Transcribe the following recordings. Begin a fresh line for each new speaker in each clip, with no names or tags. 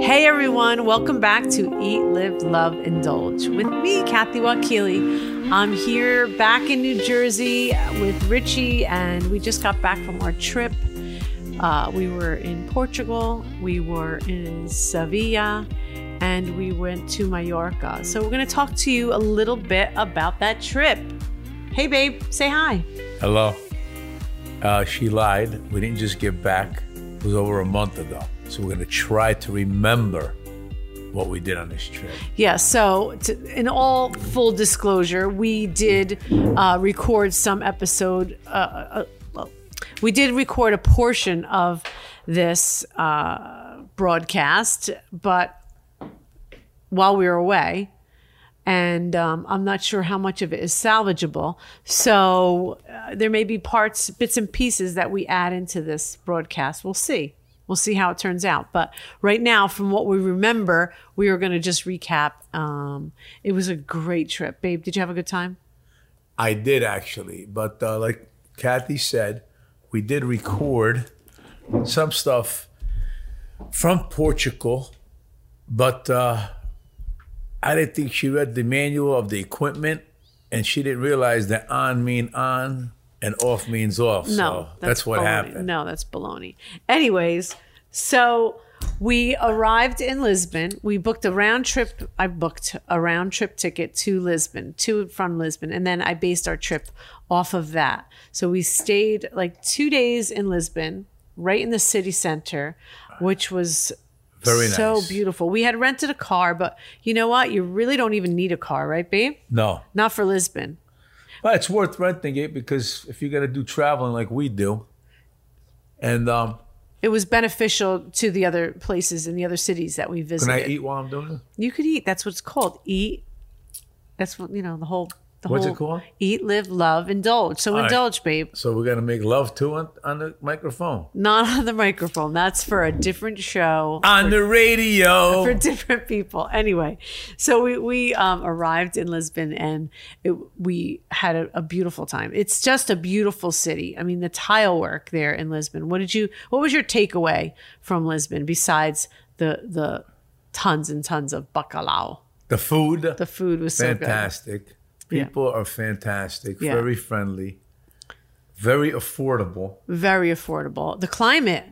Hey everyone, welcome back to Eat, Live, Love, Indulge with me, Kathy Wakili. I'm here back in New Jersey with Richie, and we just got back from our trip. Uh, we were in Portugal, we were in Sevilla, and we went to Mallorca. So we're going to talk to you a little bit about that trip. Hey babe, say hi.
Hello. Uh, she lied. We didn't just give back. It was over a month ago. So we're going to try to remember what we did on this trip.
Yeah, so to, in all full disclosure, we did uh, record some episode. Uh, uh, well, we did record a portion of this uh, broadcast, but while we were away, and um, I'm not sure how much of it is salvageable. So uh, there may be parts, bits and pieces that we add into this broadcast. We'll see. We'll see how it turns out. But right now, from what we remember, we are going to just recap. Um, it was a great trip, babe. Did you have a good time?
I did actually, but uh, like Kathy said, we did record some stuff from Portugal, but uh, I didn't think she read the manual of the equipment, and she didn't realize that on mean on and off means off.
No,
so that's, what
baloney.
happened.
No, that's baloney. Anyways, so we arrived in Lisbon. We booked a round trip. I booked a round trip ticket to Lisbon, to and from Lisbon, and then I based our trip off of that. So we stayed like two days in Lisbon, right in the city center, which was
Very
so
nice.
beautiful. We had rented a car, but you know what? You really don't even need a car, right, babe?
No.
Not for Lisbon.
But it's worth renting it because if you're going to do traveling like we do, and um,
It was beneficial to the other places and the other cities that we
can
visited.
I eat while I'm doing it?
You could eat. That's what it's called. Eat. That's what you know. The whole. The
What's it
whole,
called?
Eat, live, love, indulge. So
right.
indulge, babe.
So we're gonna make love too on, on the microphone.
Not on the microphone. That's for a different show
On the radio.
for different people. Anyway, so we we um, arrived in Lisbon and it, we had a, a beautiful time. It's just a beautiful city. I mean, the tile work there in Lisbon. What did you? What was your takeaway from Lisbon besides the the tons and tons of bacalhau?
the food.
The food was so good.
fantastic.
Yeah.
People are fantastic.
Yeah.
Very friendly. Very affordable.
very affordable. The climate,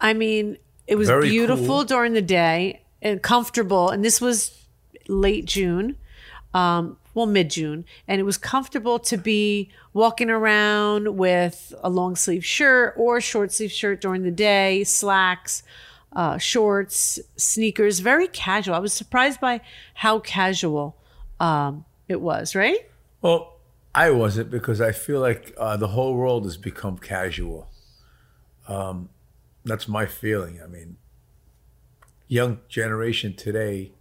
I mean, it was
Very
beautiful
cool.
during the day and comfortable. And this was late June, um, well, mid June. And it was comfortable to be walking around with a long sleeve shirt or short sleeve shirt during the day, slacks. Uh, shorts, sneakers, very casual. I was surprised by how casual um, it was, right?
Well, I wasn't because I feel like uh, the whole world has become casual. Um, that's my feeling. I mean, young generation today,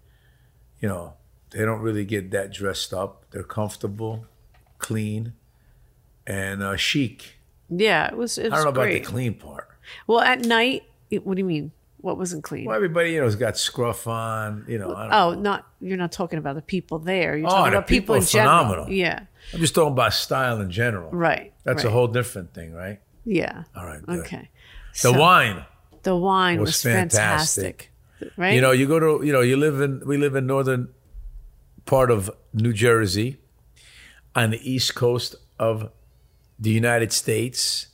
you know, they don't really get that dressed up. They're comfortable, clean, and uh, chic.
Yeah, it was. It
I
was
don't know
great.
about the clean part.
Well, at night, it, what do you mean? What wasn't clean?
Well, everybody, you know, has got scruff on. You know, I don't
Oh, not you're not talking about the people there. You're
Oh,
talking
the
about people,
people
in
are
general.
phenomenal.
Yeah,
I'm just talking about style in general.
right.
That's a
right.
whole different thing, right?
Yeah.
All right. good.
Okay.
The wine.
The wine was,
was
fantastic.
fantastic.
Right.
You know, you go to you know, you live in we live in northern part of New Jersey on the east coast of the United States.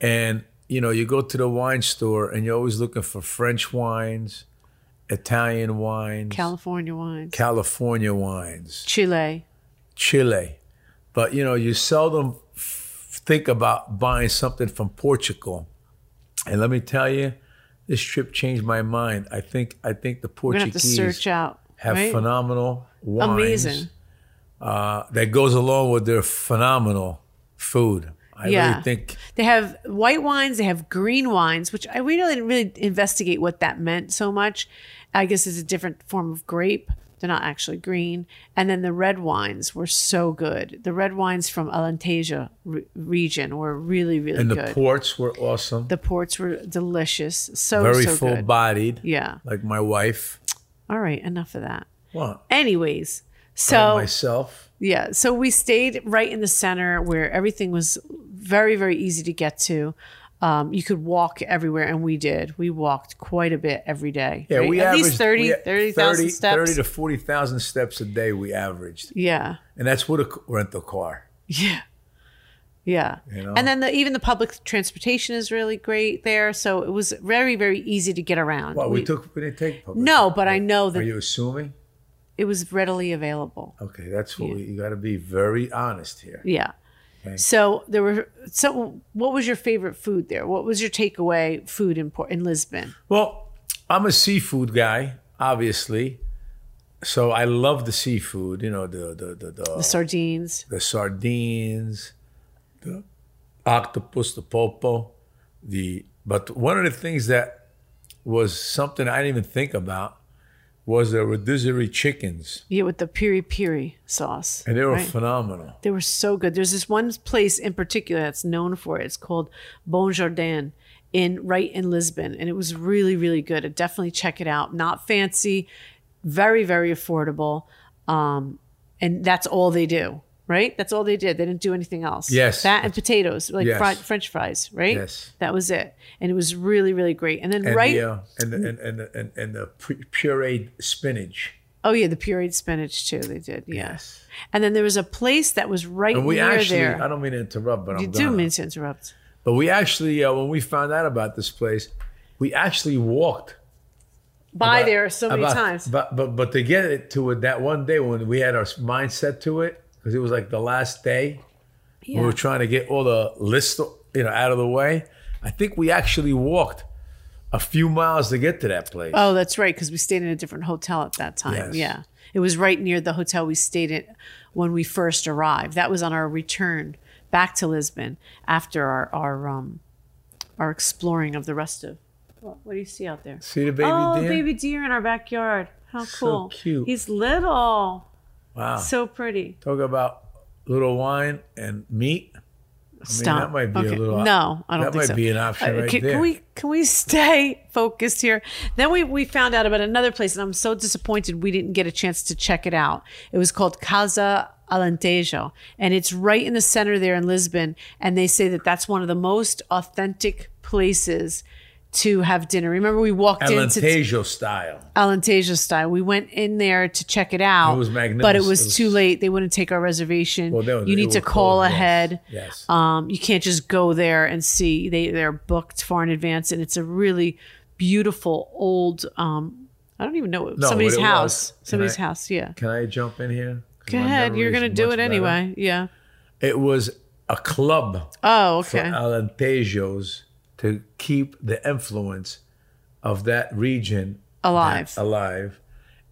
And you know, you go to the wine store and you're always looking for French wines, Italian wines,
California wines,
California wines,
Chile.
Chile. But you know, you seldom f- think about buying something from Portugal. And let me tell you, this trip changed my mind. I think I think the
We're gonna have to
Portuguese
search out.
have
right?
phenomenal wines.
Amazing.
Uh, that goes along with their phenomenal food. I
Yeah.
really think
They have white wines. They have green wines, which I we really didn't really investigate what that meant so much. I guess it's a different form of grape. They're not actually green. And then the red wines were so good. The red wines from Alentejo re- region were really, really
and
good.
the ports were awesome.
the ports were delicious. So
very
so
full
good.
bodied,
Yeah.
like my wife.
All right. Enough of that.
What?
Anyways, So
myself.
yeah, so we stayed right in the center where everything was very, very easy to get to. Um, you could walk everywhere, and we did. We walked quite a bit every day.
Yeah,
right?
we
at
averaged,
least 30
we-
30,000
30
steps.
30 to forty thousand steps a day. We averaged,
yeah,
and that's with a c- rental car.
yeah, yeah.
You know?
And then the, even the public transportation is really great there, so it was very, very easy to get around.
Well, we, took we didn't take public.
no, but I know
Are
that
you assuming?
it was readily available.
Okay, that's what we, you got to be very honest here.
Yeah. So there were. So, what was your favorite food there? What was your takeaway food in Port in Lisbon?
Well, I'm a seafood guy, obviously. So I love the seafood, you know, the the the,
The
the,
sardines.
the sardines, the octopus, the popo, the but one of the things that was something I didn't even think about was the rotisserie chickens.
Yeah, with the piri piri sauce.
And they were
right?
phenomenal.
They were so good. There's this one place in particular that's known for it. It's called Bon Jardin in right in Lisbon, and it was really really good. I'd definitely check it out. Not fancy, very very affordable, um, and that's all they do. Right, that's all they did. They didn't do anything else.
Yes.
that and potatoes, like
Yes.
fri- French fries. Right.
Yes.
that was it, and it was really really great. And then
And
right,
the, uh, and, the, and, and, the- and, and the pu- pureed spinach.
oh yeah, the pureed spinach too. They did. Yeah. And then there was a place that was right
And we
near
actually,
there.
I don't mean to interrupt, but
You
I'm
do
gonna.
mean to interrupt.
But we actually, uh, when we found out about this place, we actually walked
by
about-
there so many
about-
times.
But but but to get it to it that one day when we had our mind set to it, because it was like the last day,
yeah.
we were trying to get all the list you know out of the way. I think we actually walked a few miles to get to that place.
oh, that's right, because we stayed in a different hotel at that time.
Yes.
Yeah. It was right near the hotel we stayed at when we first arrived. That was on our return back to Lisbon after our our um our exploring of the rest of what, what do you see out there?
See the baby
oh,
deer?
baby deer in our backyard. How cool.
cute.
He's little.
Wow.
So pretty.
Talk about little wine and meat.
Stop.
that might be a
okay.
little-
No, I don't
that
think
might
so. Uh,
be an option right
can, Can
there.
we can we stay focused here? Then we we found out about another place, and I'm so disappointed we didn't get a chance to check it out. It was called Casa Alentejo, and it's right in the center there in Lisbon. And they say that that's one of the most authentic places to have dinner. Remember, we walked into
Alentejo style.
Alentejo style. We went in there to check it out.
It was magnificent.
But it
It
was
was-
too late. They wouldn't take our reservation.
Well, they were-
you
they
need to
were
call
closed, yes.
ahead.
Yes.
Um, you can't just go there and see. They they're booked far in advance, and it's a really beautiful old. Um, I don't even know somebody's
what it
house.
was, can
somebody's
I-
house. Yeah.
Can I jump in here? 'Cause
Go
my
ahead.
memory
You're
is
gonna do
much
it
better.
anyway. Yeah.
It was a club
Oh,
for uh,
okay.
Alentejos to keep the influence of that region
Alive.
alive.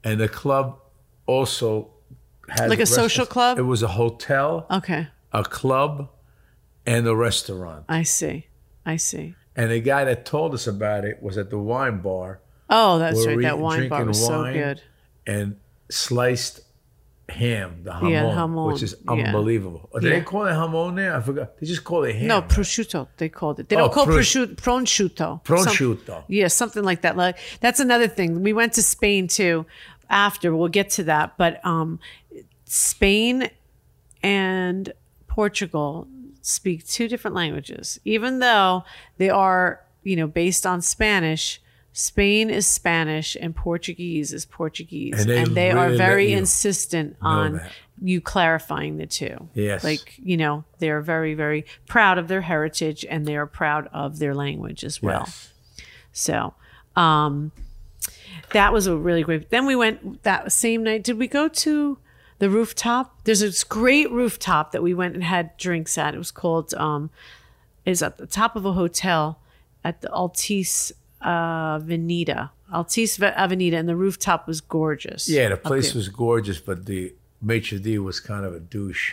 And the club also had
Like a social club?
It was a hotel,
okay.
a club, and a restaurant.
I see. I see.
And the guy that told us about it was at the wine bar
Oh, that's
Were
right.
we
That wine bar
drinking
was so
wine?
good.
and sliced ham, the hamon,
Yeah, jamon,
which is
yeah.
unbelievable. Or Did
Yeah.
they call it hamon there? I forgot. They just call it ham.
No, prosciutto. They called it. They
Oh,
don't call
pros-
prosciutto. Prosciutto. Some-
prosciutto.
Yeah, something like that. Like that's another thing. We went to Spain too. After we'll get to that, but um, Spain and Portugal speak two different languages, even though they are you know based on Spanish. Spain is Spanish and Portuguese is Portuguese, and
And
they,
they
are
really let
very
you
insistent on
that.
you clarifying the two.
Yes.
like you know they are very very proud of their heritage and they are proud of their language as well.
Yes.
So um, that was a really great. Then we went that same night. Did we go to the rooftop? There's this great rooftop that we went and had drinks at. It was called um, is at the top of a hotel at the Altice uh, Veneta. Altice Ve- Avenida, and the rooftop was gorgeous.
Yeah, the place
there.
was gorgeous, but the maitre d was kind of a douche.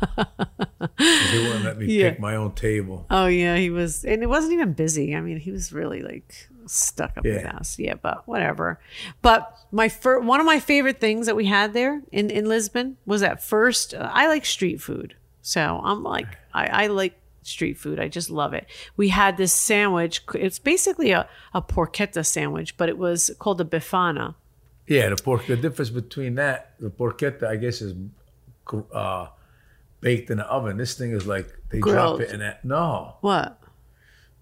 'Cause they wouldn't let me
Yeah.
pick my own table.
Oh yeah, he was, and it wasn't even busy. I mean, he was really like stuck up his
Yeah.
ass. Yeah, but whatever. But my first, one of my favorite things that we had there in in Lisbon was that first. Uh, I like street food, so I'm like, I, I like street food. I just love it. We had this sandwich. It's basically a a porchetta sandwich, but it was called a bifana
Yeah, the pork. The difference between that, the porchetta, I guess, is uh, baked in the oven. This thing is like they
Grilled.
drop it in that. No,
What?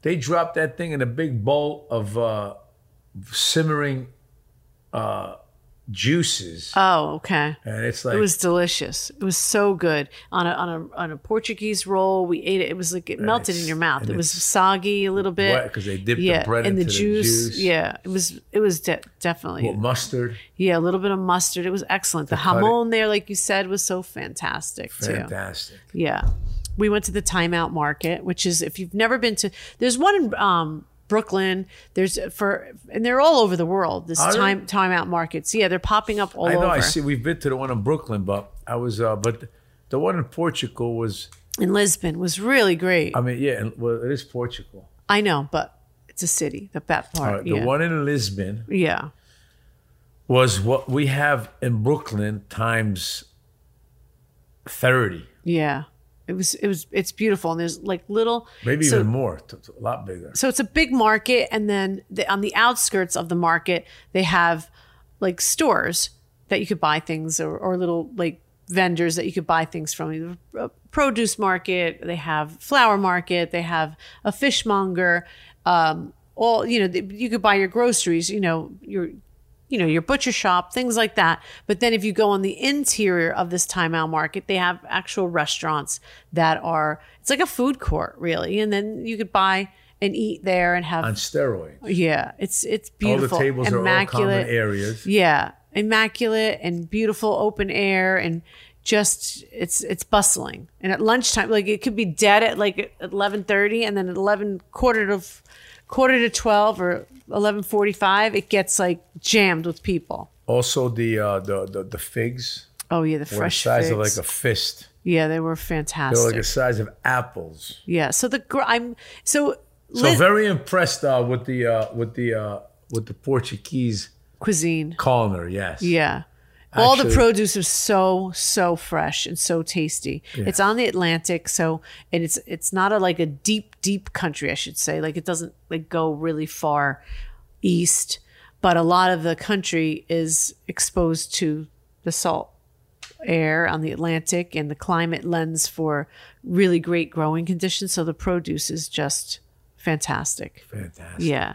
they drop that thing in a big bowl of uh, simmering uh, juices,
Oh, okay.
and it's like
It was delicious. It was so good on a on a on a Portuguese roll. We ate it. It was like it melted in
it's-
your mouth.
and
It was
it's
soggy a little bit.
wet because they dip
yeah,
the bread
and
into
the juice, Yeah, it was it was de- definitely
With mustard,
yeah a little bit of mustard. It was excellent. The,
it-
hamon there, like you said, was so fantastic too.
fantastic.
Yeah. We went to the timeout market, which is if you've never been to there's one in um Brooklyn. There's for and they're all over the world. This
Are they?
time timeout markets. Yeah, they're popping up all
I know.
over.
I see. We've been to the one in Brooklyn, but I was, uh, but the one in Portugal was.
And Lisbon was really great.
I mean, yeah, and- well, it is Portugal.
I know, but it's a city, the that part.
All right,
yeah.
Uh, The one in Lisbon
yeah.
was what we have in Brooklyn times thirty,
Yeah. It was it was it's beautiful and there's like little
maybe
so,
even more, t- t- a lot bigger.
so it's a big market and then the, on the outskirts of the market they have like stores that you could buy things or, or little like vendors that you could buy things from a produce market they have flower market they have a fishmonger um, all you know th- you could buy your groceries you know your you know your butcher shop things like that but then if you go on the interior of this timeout market they have actual restaurants that are it's like a food court really and then you could buy and eat there and have
On steroids,
yeah it's it's
all the
beautiful
tables are all
immaculate
common areas.
yeah immaculate and beautiful open air and just it's it's bustling and at lunchtime like it could be dead at like 11.30 and then at 11 quarter to quarter to 12 or 11.45 it gets like jammed with people
Also, the uh, the, the the figs
oh yeah the
were
fresh
the size of
figs.
like a fist.
yeah they were
They're
fantastic
like the size of apples.
yeah so the gr- i'm so,
So
Liz-
very impressed uh, with the uh, with the uh, with the Portuguese
cuisine
culinary. Yes.
Yeah. All the
Actually-
produce is so so fresh and so tasty. It's on the Atlantic, so and it's it's not a like a deep deep country, I should say. Like it doesn't like go really far east, but a lot of the country is exposed to the salt air on the Atlantic and the climate lends for really great growing conditions, so the produce is just fantastic.
Fantastic.
Yeah.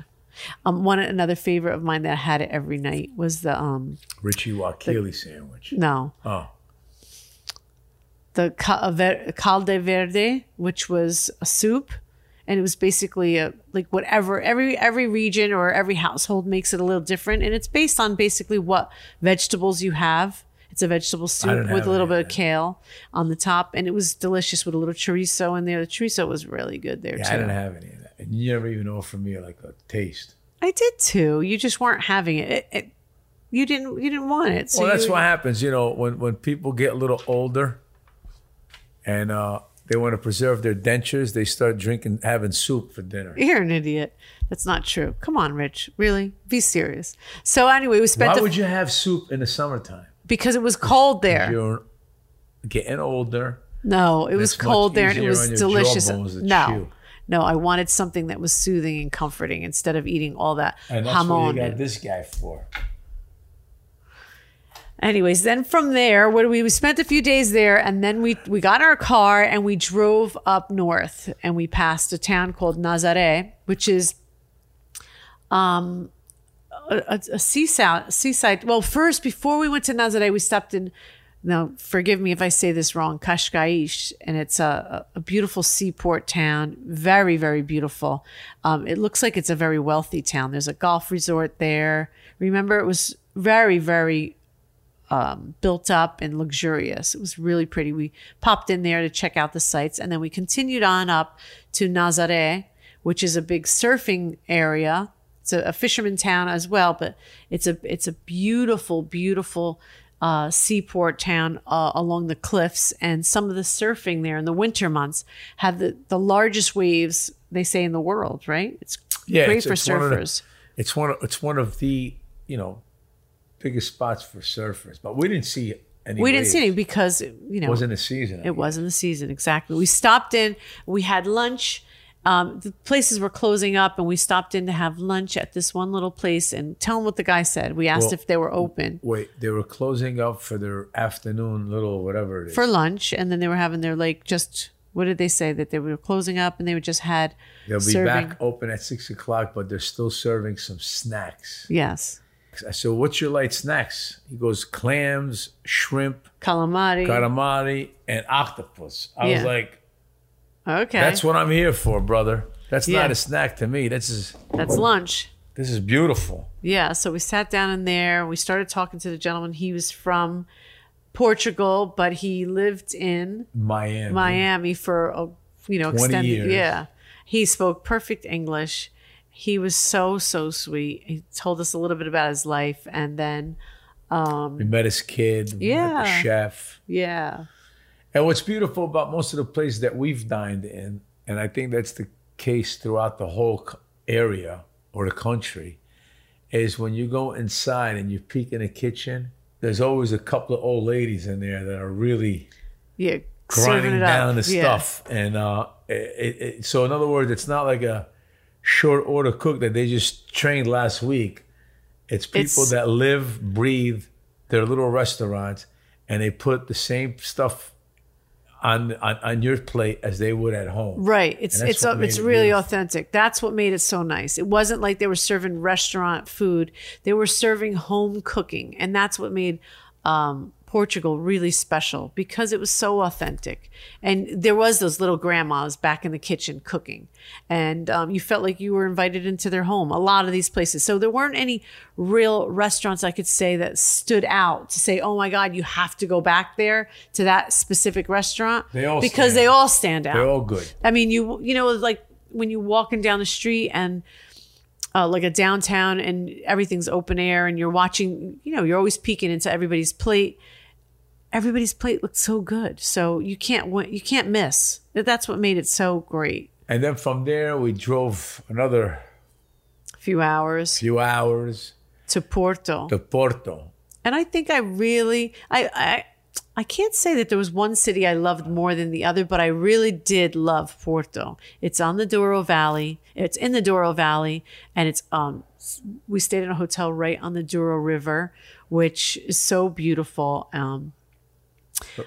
Um, one another favorite of mine that I had it every night was the um
Richie Wakili sandwich.
no,
Oh,
the ca- a ver- calde verde, which was a soup, and it was basically a like whatever every every region or every household makes it a little different, and it's based on basically what vegetables you have. It's a vegetable soup
didn't
with
have
a little bit
any of
of
that.
kale on the top, and it was delicious with a little chorizo in there. The chorizo was really good there
yeah,
too.
I didn't have any of that, and you never even offered me like a taste.
I did too. You just weren't having it. it, it you didn't. You didn't want it. So
well, that's
you-
what happens, you know, when when people get a little older, and uh, they want to preserve their dentures, they start drinking, having soup for dinner.
You're an idiot. That's not true. Come on, Rich. Really? Be serious. So anyway, we spent
Why
the-
would you have soup in the summertime?
because it was cold there.
You're getting older.
No, it was
It's much
cold there and it
easier
was
on your
delicious.
jawbones to
No.
chew.
No, I wanted something that was soothing and comforting instead of eating all that
And that's what
hamon.
you got
and-
this guy for.
Anyways, then from there, what do we, we spent a few days there, and then we we got in our car and we drove up north, and we passed a town called Nazaré, which is um a, a- a seaside seaside. Well, first before we went to Nazaré, we stopped in. Now, forgive me if I say this wrong, Kashkaish, and it's a, a a beautiful seaport town, very very beautiful. Um, it looks like it's a very wealthy town. There's a golf resort there. Remember, it was very very built up and luxurious. It was really pretty. We popped in there to check out the sites and then we continued on up to Nazaré, which is a big surfing area. It's a, a fisherman town as well, but it's a it's a beautiful, beautiful uh, seaport town uh, along the cliffs. And some of the surfing there in the winter months have the, the largest waves they say in the world. Right? It's
Yeah,
great
it's-
for
it's one of the-
surfers.
It's one. Of, it's one of the you know biggest spots for surfers, but we didn't see any.
we didn't see
waves.
any because you know
It wasn't a season. I
It
mean.
was in the season, exactly. We stopped in, we had lunch, um, the places were closing up, and we stopped in to have lunch at this one little place. And tell them what the guy said. We asked
Well-
if they were open
Wait, they were closing up for their afternoon little whatever it is.
for lunch, and then they were having their like just what did they say that they were closing up, and they would just had
They'll be
serving.
back open at six o'clock, but they're still serving some snacks.
Yes,
I said, "What's your light snacks?" He goes, "Clams, shrimp,
calamari.
calamari, and octopus." I was
Yeah.
like,
Okay,
"That's what I'm here for, brother. That's
Yeah.
not a snack to me. This is
that's lunch.
this is beautiful."
Yeah, so we sat down in there. We started talking to the gentleman. He was from Portugal, but he lived in
Miami.
Miami for a you know
20
extended
years.
yeah. He spoke perfect English. He was so so sweet. He told us a little bit about his life and then
We met his kid. We met
Yeah.
the chef.
yeah.
And what's beautiful about most of the places that we've dined in, and I think that's the case throughout the whole c- area or the country, is when you go inside and you peek in the kitchen, there's always a couple of old ladies in there that are really
Yeah. serving
grinding
it up.
down the
Yeah.
stuff. And uh, it, it, so, in other words, it's not like a short order cook that they just trained last week. It's people
It's-
that live, breathe their little restaurants, and they put the same stuff on on, on your plate as they would at home.
Right. It's
And that's
it's
what made
it's
it
really
beautiful.
authentic. That's what made it so nice. It wasn't like they were serving restaurant food. They were serving home cooking, and that's what made um, Portugal really special because it was so authentic. And there was those little grandmas back in the kitchen cooking, and um, you felt like you were invited into their home. A lot of these places, so there weren't any real restaurants I could say that stood out to say, "Oh my God, you have to go back there to that specific restaurant,"
They all
because
stand
they
out.
all stand out.
They're all good.
I mean, you you know, like when you're walking down the street and uh, like a downtown and everything's open air and you're watching, you know, you're always peeking into everybody's plate. Everybody's plate looks so good, so you can't wa- you can't miss. That's what made it so great.
And then from there, we drove another
A few hours
few hours
to Porto,
to Porto.
and I think I really I. I I can't say that there was one city I loved more than the other, but I really did love Porto. It's on the Douro Valley. It's in the Douro Valley, and it's um, we stayed in a hotel right on the Douro River, which is so beautiful. Um,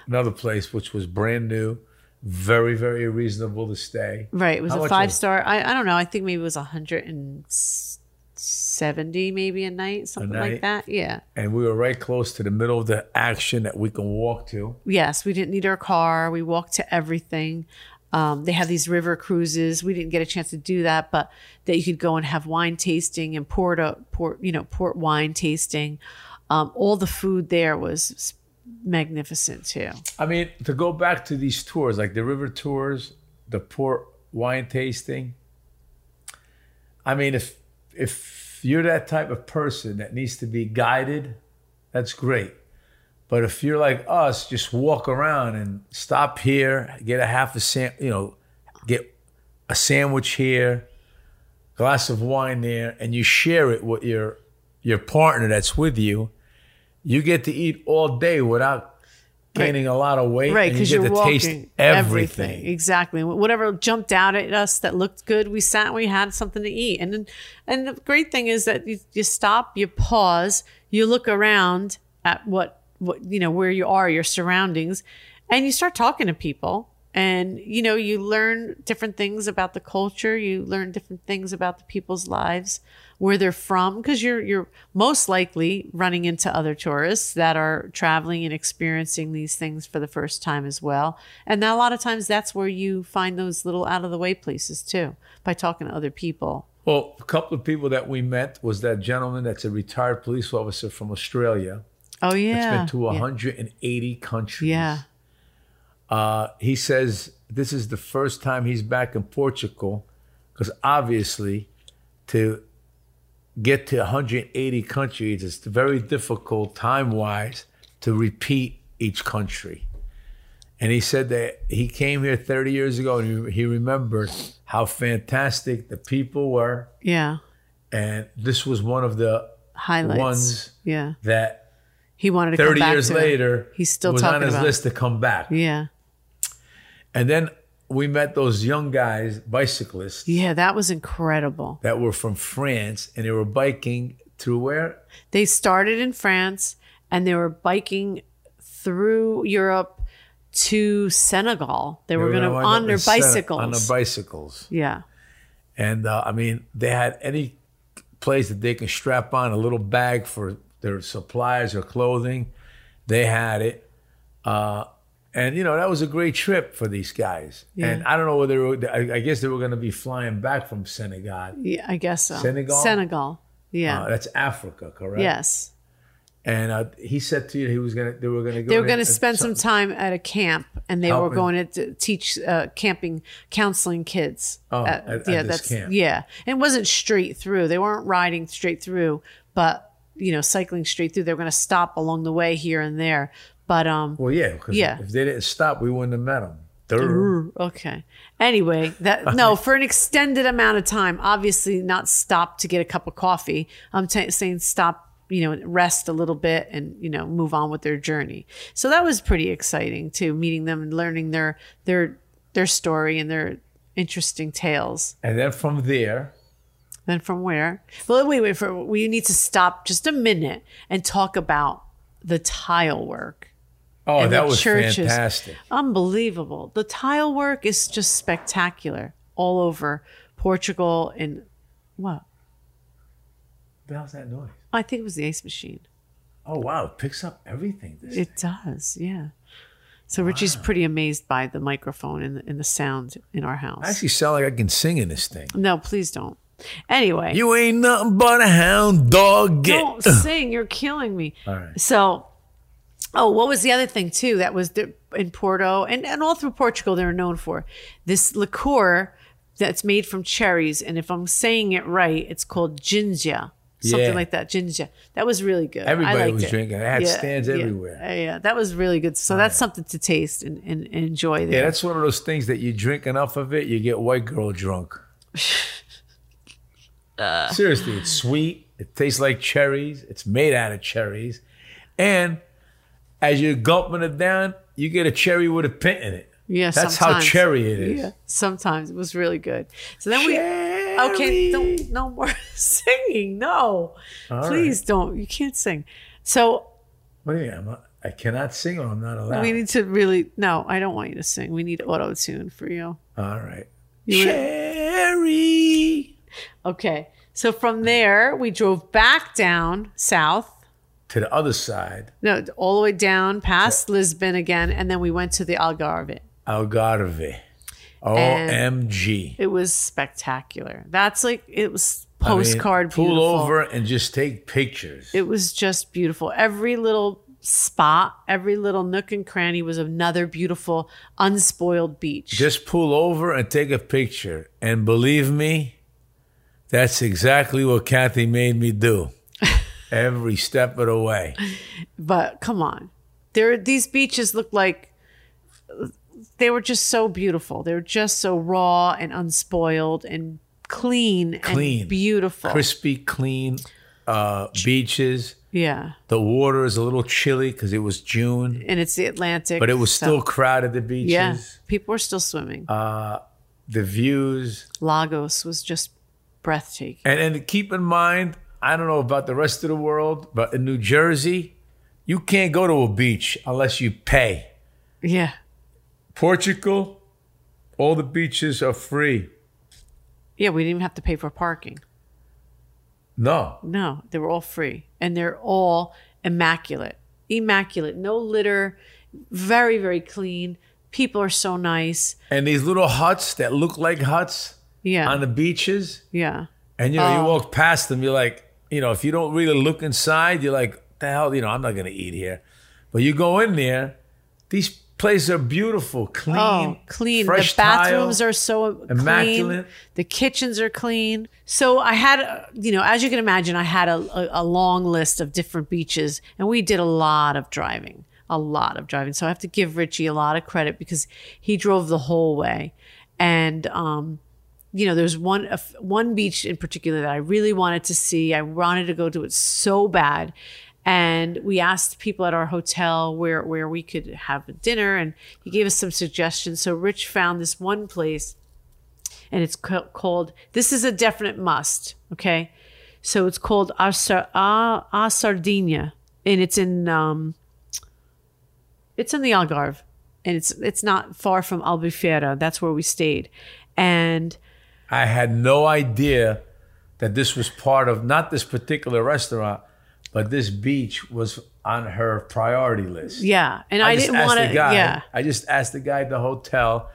Another place which was brand new, very very reasonable to stay.
right, it was
How
a
much
five
was it?
star. I, I don't know. I think maybe it was hundred and seventy, maybe a night, something like
night?
that. Yeah.
and we were right close to the middle of the action that we can walk to.
Yes, we didn't need our car. We walked to everything. Um, they have these river cruises. We didn't get a chance to do that, but that you could go and have wine tasting and port a port, you know, port wine tasting. Um, all the food there was magnificent too.
I mean, to go back to these tours, like the river tours, the port wine tasting. I mean, if if you're that type of person that needs to be guided, that's great. But if you're like us, just walk around and stop here, get a half a sam, you know, get a sandwich here, glass of wine there, and you share it with your your partner that's with you. You get to eat all day without gaining a lot of weight,
Right,
and you
because
get
you are
to
walking
taste everything.
exactly. Whatever jumped out at us that looked good, we sat and we had something to eat. And then, and the great thing is that you, you stop, you pause, you look around at what what you know where you are, your surroundings, and you start talking to people. And you know, you learn different things about the culture. You learn different things about the people's lives, where they're from, because you're you're most likely running into other tourists that are traveling and experiencing these things for the first time as well. And now a lot of times that's where you find those little out of the way places too, by talking to other people.
Well, a couple of people that we met was that gentleman that's a retired police officer from Australia.
Oh
It's
yeah,
been to
yeah.
180 countries.
Yeah.
Uh, he says this is the first time he's back in Portugal because obviously to get to 180 countries, it's very difficult time wise to repeat each country. And he said that he came here 30 years ago and he, he remembered how fantastic the people were.
yeah.
And this was one of the
Highlights.
ones
Yeah,
that
he wanted to come
30
back
years
to it.
later
He's still
was
talking
on his
about. it.
list to come back.
Yeah,
And then we met those young guys, bicyclists,
Yeah, that was incredible.
that were from France and they were biking through where?
They started in France and they were biking through Europe to Senegal. They were
They
going to
wind up
on
in
their
Sen-
bicycles.
On their bicycles.
yeah.
And uh, I mean, they had any place that they can strap on a little bag for their supplies or clothing, they had it. Uh, and you know that was a great trip for these guys. And I don't know whether they were, I, I guess they were going to be flying back from Senegal.
Yeah, I guess so.
Senegal?
Senegal. Yeah.
Uh, that's Africa, correct?
yes.
And uh, he said to you he was going to they were going to go.
They were
to-
going to spend some time at a camp and they were
Helping.
going to teach uh, camping, counseling kids.
Oh, at- at this camp.
Yeah. And it wasn't straight through. They weren't riding straight through, but, you know, cycling straight through. They were going to stop along the way here and there. But, um,
Well, yeah, because
Yeah.
if they didn't stop, we wouldn't have met them.
Ooh, okay. Anyway, that no for an extended amount of time. Obviously, not stop to get a cup of coffee. I'm t- saying stop, you know, rest a little bit and you know move on with their journey. So that was pretty exciting too, meeting them and learning their their their story and their interesting tales.
And then from there,
Then from where? Well, wait, wait. For we need to stop just a minute and talk about the tile work.
oh,
And
that
the
was
churches.
fantastic.
Unbelievable. The tile work is just spectacular all over Portugal and what?
What the hell's that noise?
I think it was the Ace Machine.
Oh wow, it picks up everything. This
It does, yeah. So Richie's pretty amazed by the microphone and the, and the sound in our house.
I actually sound like I can sing in this thing.
no, please don't. Anyway,
You ain't nothing but a hound dog. Get.
don't sing. You're killing me.
All right.
So, oh, what was the other thing too that was the, in Porto and, and all through Portugal they're known for this liqueur that's made from cherries and if I'm saying it right, it's called ginger, something
Yeah.
like that. Ginger. That was really good. I
Everybody
liked
was
it.
drinking. It had stands
yeah, Uh,
everywhere.
Yeah, that was really good. So that's something to taste and, and, and enjoy
Yeah,
there.
that's one of those things that you drink enough of it, you get white girl drunk.
Uh.
Seriously, it's sweet. It tastes like cherries. It's made out of cherries, and as you're gulping it down, you get a cherry with a pint in it.
Yeah,
that's how
sometimes.
cherry it is.
Yeah, sometimes it was really good. So then we
Cherry.
okay, don't no more singing. No,
right.
please don't. You can't sing. So
What do you mean? I'm not, I cannot sing or I'm not allowed.
we need to really no. I don't want you to sing. We need auto tune for you.
All right.
would-
Cherry
Okay. So from there, we drove back down south.
to the other side,
No, all the way down past Lisbon again, and then we went to the Algarve.
Algarve.
And-
OMG.
It was spectacular. That's like it was
I mean,
postcard
pull
beautiful.
over and just take pictures.
It was just beautiful. Every little spot, every little nook and cranny was another beautiful, unspoiled beach.
just pull over and take a picture. And believe me, that's exactly what Kathy made me do every step of the way.
but come on, there these beaches look like they were just so beautiful. They were just so raw and unspoiled and clean,
Clean.
and beautiful.
Crispy, clean uh, beaches.
Yeah,
The water is a little chilly because it was June,
and it's the Atlantic,
but it was
so-
still crowded, the beaches. Uh,
yeah. People were still swimming.
the views.
Lagos was just breathtaking.
And and keep in mind, I don't know about the rest of the world, but in New Jersey, you can't go to a beach unless you pay.
Yeah,
Portugal, all the beaches are free.
yeah. We didn't even have to pay for parking.
No.
No, they were all free and they're all immaculate. Immaculate. No litter, very, very clean. People are so nice.
And these little huts that look like huts
Yeah. Oh.
on the beaches,
yeah.
and you know, you walk past them, you're like, you know, if you don't really look inside, you're like, the hell, you know, I'm not gonna eat here. But you go in there, these places are beautiful, clean,
Oh, clean.
fresh
the bathrooms
tile.
are so
immaculate.
clean. The kitchens are clean. So I had, uh, you know, as you can imagine, I had a, a, a long list of different beaches, and we did a lot of driving, a lot of driving. So I have to give Richie a lot of credit because he drove the whole way, and um, you know, there's one uh, one beach in particular that I really wanted to see. I wanted to go to it so bad, and we asked people at our hotel where where we could have a dinner and he gave us some suggestions so rich found this one place and it's ca- called this is a definite must okay so it's called a, Sar- a, a sardinia and it's in um it's in the algarve and it's it's not far from albufeira that's where we stayed and
I had no idea that this was part of not this particular restaurant, but this beach was on her priority list.
yeah and i,
just
didn't
asked
want
the
to
guy-
yeah
I just asked the guy at the hotel.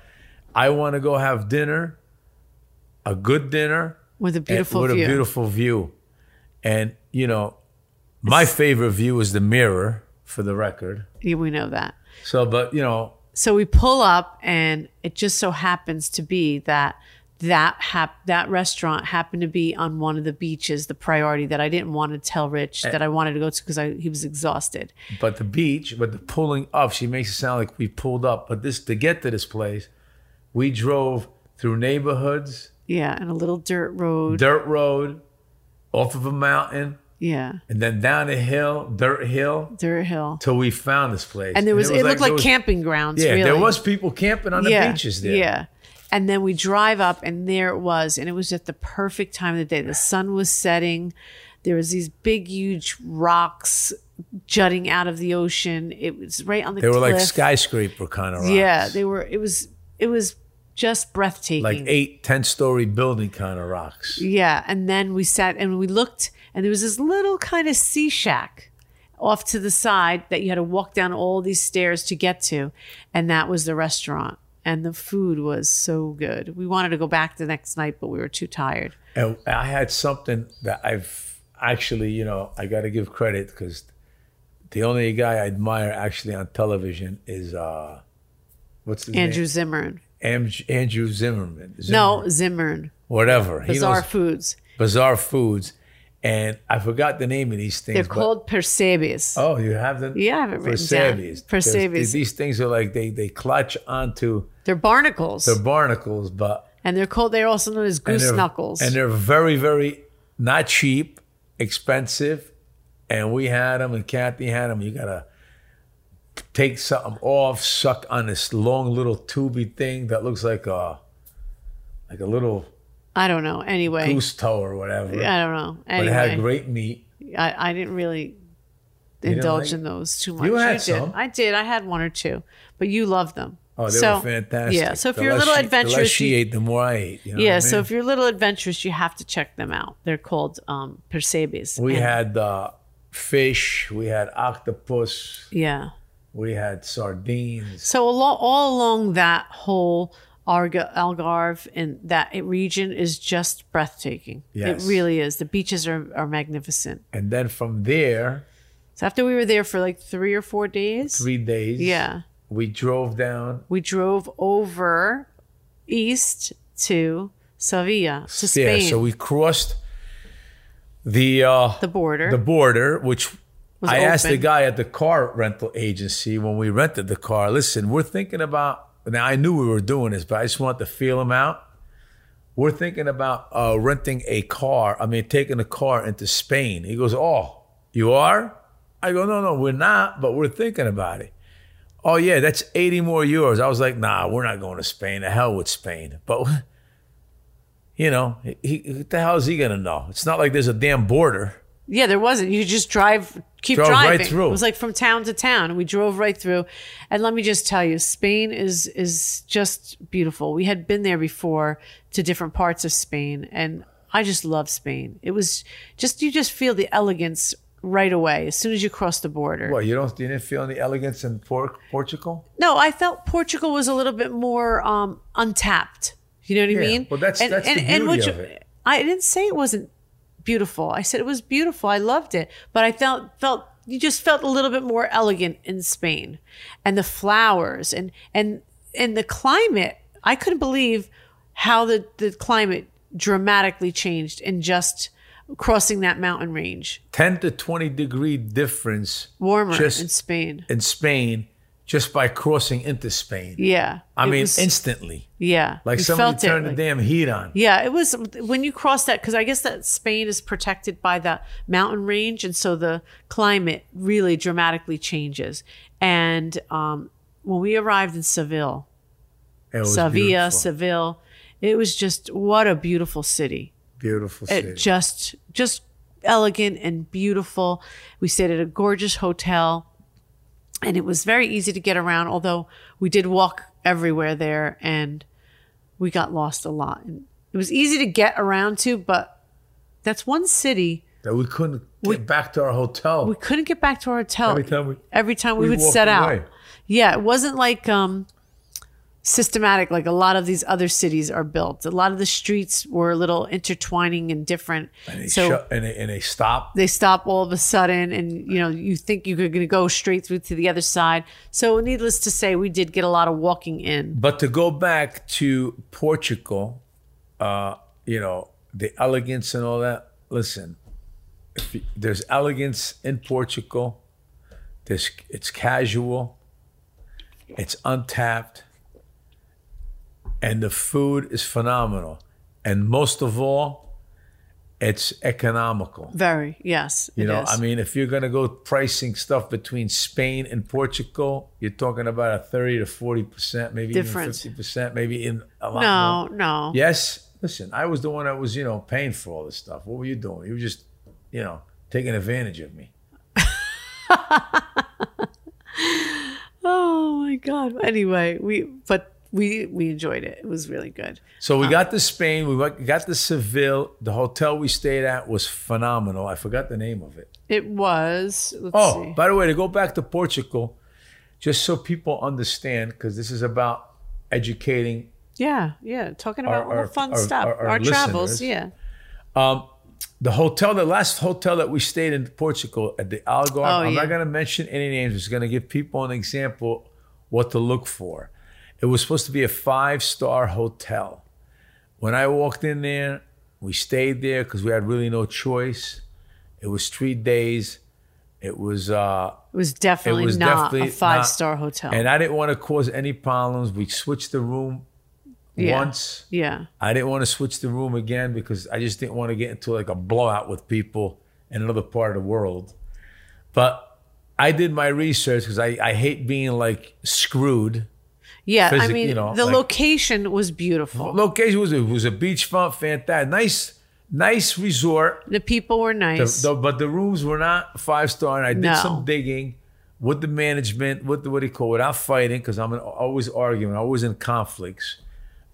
I want to go have dinner, a good dinner
with a
and-
beautiful
with
view
a beautiful view, and you know, my favorite view is the mirror, for the record.
yeah, we know that
So, but you know,
so we pull up and it just so happens to be that that hap- that restaurant happened to be on one of the beaches the priority that i didn't want to tell rich
Eh.
that i wanted to go to because he was exhausted
But the beach, but the pulling up, she makes it sound like we pulled up. But this to get to this place, we drove through neighborhoods,
yeah and a little dirt road
dirt road, off of a mountain,
yeah
and then down a hill, dirt hill,
dirt hill
till we found this place.
and there was, it, looked like,
there was-
camping grounds
Yeah,
really.
there was people camping on the beaches there.
Yeah. And then we drive up and there it was. And it was at the perfect time of the day. The sun was setting. There was these big, huge rocks jutting out of the ocean. It was right on the
They were like
cliff.
skyscraper kind of rocks.
Yeah, they were it was it was just breathtaking.
Like eight, ten story building kind of rocks.
Yeah, and then we sat and we looked, and there was this little kind of sea shack off to the side that you had to walk down all these stairs to get to, and that was the restaurant. And the food was so good. We wanted to go back the next night, but we were too tired.
And I had something that I've actually, you know, I got to give credit because the only guy I admire actually on television is uh, what's his
Andrew Zimmern.
name? Am- Andrew Zimmerman. Zimmerman,
No, Zimmern.
whatever. He
Bizarre
knows
Foods.
bizarre foods, and I forgot the name of these things.
They're
but-
called Persebes.
Oh, you have them.
Yeah, I have it written down.
Perseves.
Perseves.
There's- These things are like they they clutch onto
they're barnacles.
the barnacles, but
and they're called, they're also known as
and
goose
they're-
knuckles.
And they're very, very not cheap, expensive. And we had them, and Kathy had them. You gotta take something off, suck on this long little tubey thing that looks like a like a little
I don't know. Anyway,
goose toe or whatever.
I don't know.
but
Anyway.
it had great meat.
I, I didn't really
didn't
indulge
like
in those too much.
You had
I did.
some.
I did. I had one or two, but you love them.
Oh, they
so,
were fantastic.
Yeah. So if
The
you're a
less
little
she, the less
adventurous,
she
you,
ate, the more I ate. You know
yeah.
what I
So
mean?
if you're a little adventurous, you have to check them out. They're called um, Persebes.
we
And-
had uh, fish, we had octopus,
Yeah.
we had sardines.
So along, all along that whole Arga, Algarve and that e-, region is just breathtaking.
Yes.
It really is. The beaches are, are magnificent.
And then from there,
So after we were there for like three or four days,
three days.
yeah,
We drove down.
we drove over east to Sevilla, to Spain,
Yeah, so we crossed the uh,
the border.
the border, which I asked the
open.
guy at the car rental agency when we rented the car. Listen, we're thinking about. Now I knew we were doing this, but I just want to feel him out. We're thinking about uh, renting a car. I mean, taking a car into Spain. He goes, "Oh, you are?" I go, "No, no, we're not, but we're thinking about it." Oh yeah, that's eighty more euros. I was like, "Nah, we're not going to Spain. The hell with Spain." But you know, he, he, what the hell is he gonna know? It's not like there's a damn border.
yeah, there wasn't. You just drive, keep
Drove right
driving.
through.
It was like from town to town. We drove right through, and let me just tell you, Spain is is just beautiful. We had been there before to different parts of Spain, and I just love Spain. It was just you just feel the elegance right away as soon as you cross the border.
Well, you don't you didn't feel any elegance in Por- Portugal?
No, I felt Portugal was a little bit more um, untapped. You know what I mean?
Well, that's- that's the beauty of it.
I didn't say it wasn't beautiful. I said it was beautiful. I loved it, but I felt felt you just felt a little bit more elegant in Spain, and the flowers and and and the climate. I couldn't believe how the the climate dramatically changed in just crossing that mountain range.
Ten to twenty degree difference
Warmer
Just-
in Spain.
in Spain just by crossing into Spain.
Yeah.
I
It
mean,
was-
instantly.
yeah.
Like
you
somebody
felt it,
turned
like-
the damn heat on.
Yeah, it was when you cross that because I guess that Spain is protected by the mountain range, and so the climate really dramatically changes. And um, when we arrived in Seville,
It was
Sevilla,
beautiful.
Seville, it was just what a beautiful city.
beautiful
It
city.
just just elegant and beautiful. We stayed at a gorgeous hotel, and it was very easy to get around. Although we did walk everywhere there, and we got lost a lot. And it was easy to get around to, but that's one city
that we couldn't get back to our hotel.
we couldn't get back to our hotel
Every time we-
every time we,
we
would
walked
set out.
away.
Yeah, it wasn't like um, systematic like a lot of these other cities are built. A lot of the streets were a little intertwining and different.
and, they
so
shut, and, they, and they stopped.
they stop all of a sudden, and you know you think you're going to go straight through to the other side. So needless to say, we did get a lot of walking in.
But to go back to Portugal, uh, you know, the elegance and all that. Listen, if you, there's elegance in Portugal. There's, it's casual. It's untapped. And the food is phenomenal. And most of all, it's economical.
Very yes,
You
it
know,
is.
I mean, if you're going to go pricing stuff between Spain and Portugal, you're talking about a 30 to 40%, maybe
Difference.
even 50%, maybe in a lot more.
no, no,
Yes. Listen, I was the one that was, you know, paying for all this stuff. What were you doing? You were just, you know, taking advantage of me.
Oh my god. Anyway, we but we we enjoyed it. It was really good.
So we got to Spain. We went- got to Seville. The hotel we stayed at was phenomenal. I forgot the name of it.
It was. Let's
Oh,
see.
by the way, to go back to Portugal, just so people understand, because this is about educating
yeah, yeah. Talking about
Our-
all
our-
the fun
our-
stuff. Our,
our- our
travels.
listeners.
Yeah.
the hotel, the last hotel that we stayed in Portugal at the Algarve.
Oh,
I'm
yeah.
not going to mention any names. It's going to give people an example what to look for. It was supposed to be a five star hotel. When I walked in there, we stayed there because we had really no choice. It was three days. It was. Uh,
It was definitely
was
not
definitely
a
not-
five star hotel.
and I didn't want to cause any problems. We switched the room
yeah.
once.
Yeah.
I didn't want to switch the room again because I just didn't want to get into like a blowout with people in another part of the world. But I did my research because I, I hate being like screwed.
Yeah. I
Physic-
mean,
you know,
the
like-
location was beautiful.
Location was it was a beachfront, fantastic, nice, nice resort.
the people were nice.
The- but the rooms were not five star, and I did
No.
some digging with the management, with the what do you call, it, without fighting because I'm an, always arguing, always in conflicts.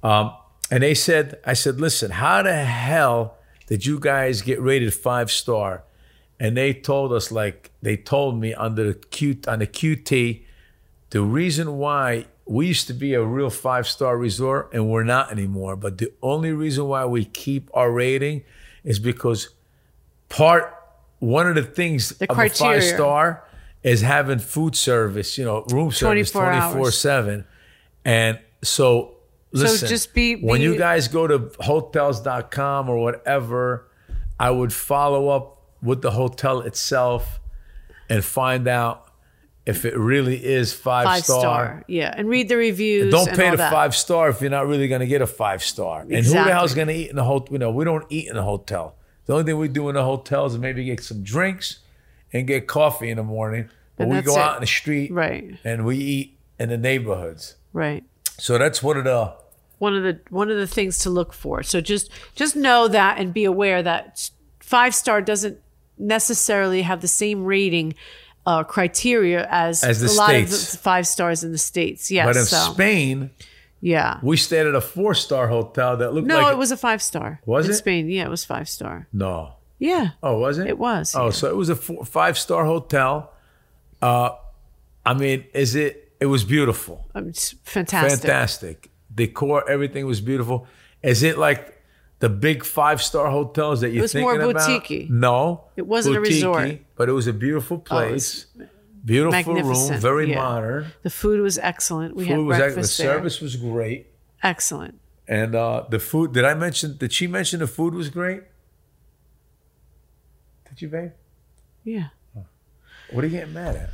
Um, and they said, I said, listen, how the hell did you guys get rated five star? And they told us, like they told me under the Q on the QT, the reason why we used to be a real five star resort and we're not anymore. But the only reason why we keep our rating is because part one of the things of a
criteria.
five star is having food service, you know, room service
24 hours.
twenty four seven, and so listen,
just be-
when
be-
you guys go to hotels.com or whatever, I would follow up with the hotel itself and find out if it really is five,
five
star.
star. Yeah. And read the reviews.
Don't
and
pay
all
the
that.
five star if you're not really going to get a five star. And who the
Exactly.
hell's going to eat in the hotel? You know, we don't eat in the hotel. The only thing we do in the hotel is maybe get some drinks and get coffee in the morning. But
And
we
that's
go
it.
out in the street
Right.
and we eat in the neighborhoods.
Right.
So that's what it uh
one of the one of the things to look for. So just just know that and be aware that five star doesn't necessarily have the same rating uh, criteria as,
As the
a lot of
States.
the five stars in the states. Yeah,
But in
so
Spain,
yeah.
we stayed at a four star hotel that looked
No,
like
it was a five star.
Was
in
it?
Spain? Yeah, it was five star.
no.
Yeah,
Oh, was it?
it was.
Oh,
yeah.
so it was a four, five star hotel. Uh, I mean, is it? It was beautiful,
Um, it's fantastic.
fantastic. Decor, everything was beautiful. Is it like the big five star hotels that you're
was more
thinking
boutique-y.
about? No,
It wasn't a resort. Oh,
but it was a beautiful place,
was
beautiful room,
magnificent,
very
yeah.
modern.
The food was excellent. We had
Food was
breakfast
excellent. The
there.
service was great,
Excellent.
and uh, the food. Did I mention? Did she mention the food was great? Did you, babe?
Yeah.
What are you getting mad at?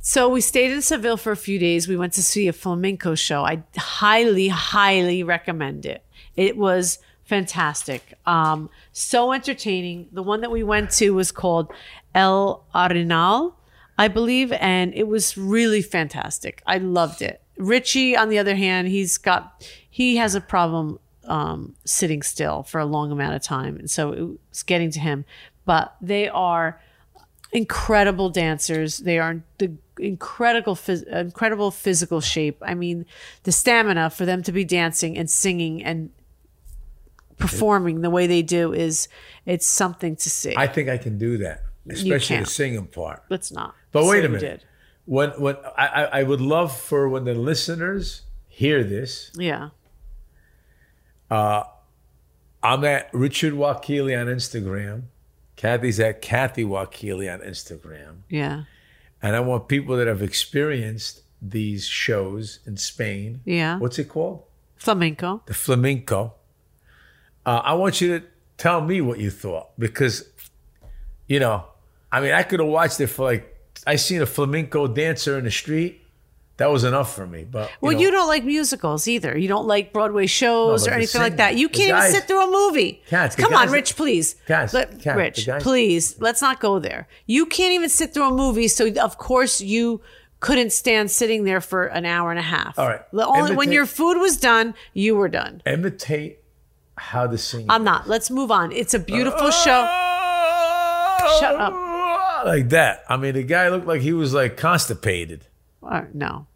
So we stayed in Seville for a few days. We went to see a flamenco show. I highly, highly recommend it. It was fantastic. Um, so entertaining. The one that we went to was called El Arenal, I believe, and it was really fantastic. I loved it. Richie, on the other hand, he's got he has a problem um, sitting still for a long amount of time, and so it's getting to him. But they are incredible dancers. They are the incredible, phys- incredible physical shape. I mean, the stamina for them to be dancing and singing and performing the way they do is it's something to see.
I think I can do that, especially the
can't.
singing part.
Let's not.
But
say
wait a
we
minute. When when I, I I would love for when the listeners hear this,
did. Yeah.
I'm at Richard Wakili on Instagram. Kathy's at Kathy Wakili on Instagram.
Yeah.
And I want people that have experienced these shows in Spain.
Yeah.
What's it called?
Flamenco.
The flamenco. Uh, I want you to tell me what you thought because, you know, I mean, I could have watched it for like, I seen a flamenco dancer in the street. That was enough for me. But
Well,
know,
you don't like musicals either. You don't like Broadway shows
No, but
or
the
anything like
singing-
that. You
the
can't
guys-
even sit through a movie.
Cats, the
Come
guys-
on, Rich, please.
Cats,
Let-
cats, the
Rich,
guys-
please. Let's not go there. You can't even sit through a movie, so of course you couldn't stand sitting there for an hour and a half.
All right.
The only when
Imitate-
your food was done, you were done.
imitate how the singing.
I'm not. Let's move on. It's a
Uh,
beautiful show. Shut
Oh! Like that. I mean, the guy looked like he was like constipated.
Uh, no,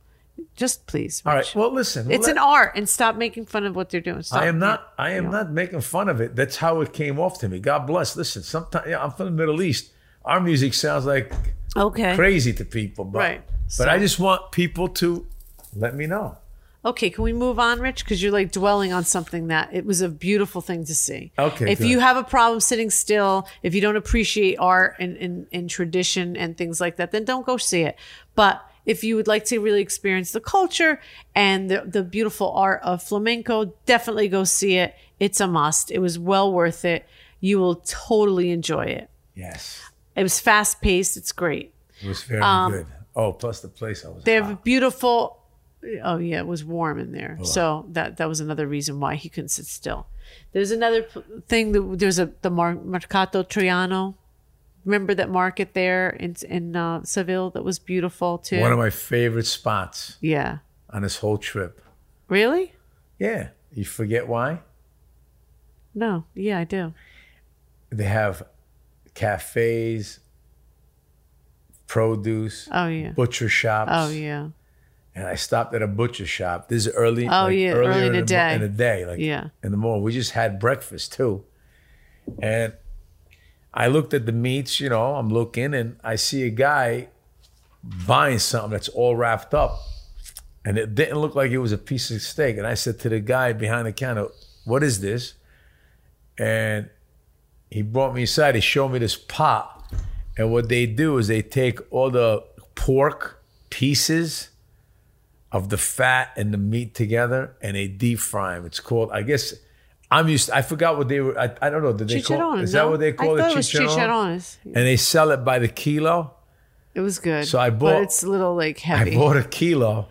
just please.
All right.
Rich.
Well, listen.
It's
let-
an art, and stop making fun of what they're doing. Stop.
I am not. I am not making fun of it. That's how it came off to me. God bless. Listen, sometimes yeah, I'm from the Middle East. Our music sounds like
Okay.
crazy to people, but
Right.
but I just want people to let me know.
Okay, can we move on, Rich? Because you're like dwelling on something that it was a beautiful thing to see.
Okay,
If
good.
you have a problem sitting still, if you don't appreciate art and, and, and tradition and things like that, then don't go see it. But if you would like to really experience the culture and the, the beautiful art of flamenco, definitely go see it. It's a must. It was well worth it. You will totally enjoy it.
Yes,
It was fast paced. It's great.
it was very
Um,
good. Oh, plus the place I was.
They
at.
have a beautiful. Oh yeah, it was warm in there, so that that was another reason why he couldn't sit still. There's another p- thing. That, there's a the Mar- Mercato Triano. Remember that market there in in uh, Seville that was beautiful too.
One of my favorite spots
yeah,
on this whole trip.
really?
Yeah, you forget why
No, yeah, I do.
they have cafes, produce,
Oh yeah,
butcher shops.
oh yeah,
and I stopped at a butcher shop. This is early.
Oh,
like,
yeah,
earlier
early in the
mo-
day.
In the day, like
Yeah.
in the morning. We just had breakfast too, and I looked at the meats. You know, I'm looking, and I see a guy buying something that's all wrapped up, and it didn't look like it was a piece of steak. And I said to the guy behind the counter, "What is this?" And he brought me inside. He showed me this pot, and what they do is they take all the pork pieces of the fat and the meat together and they deep fry them. It's called, I guess, I'm used. I forgot what they were. I, I don't know. Did they call?
chicharrones.
Is
no?
that what they call
I
it?
thought it was chicharrones.
And they sell it by the kilo.
It was good.
So I bought-
But it's a little like
I
heavy.
bought a kilo.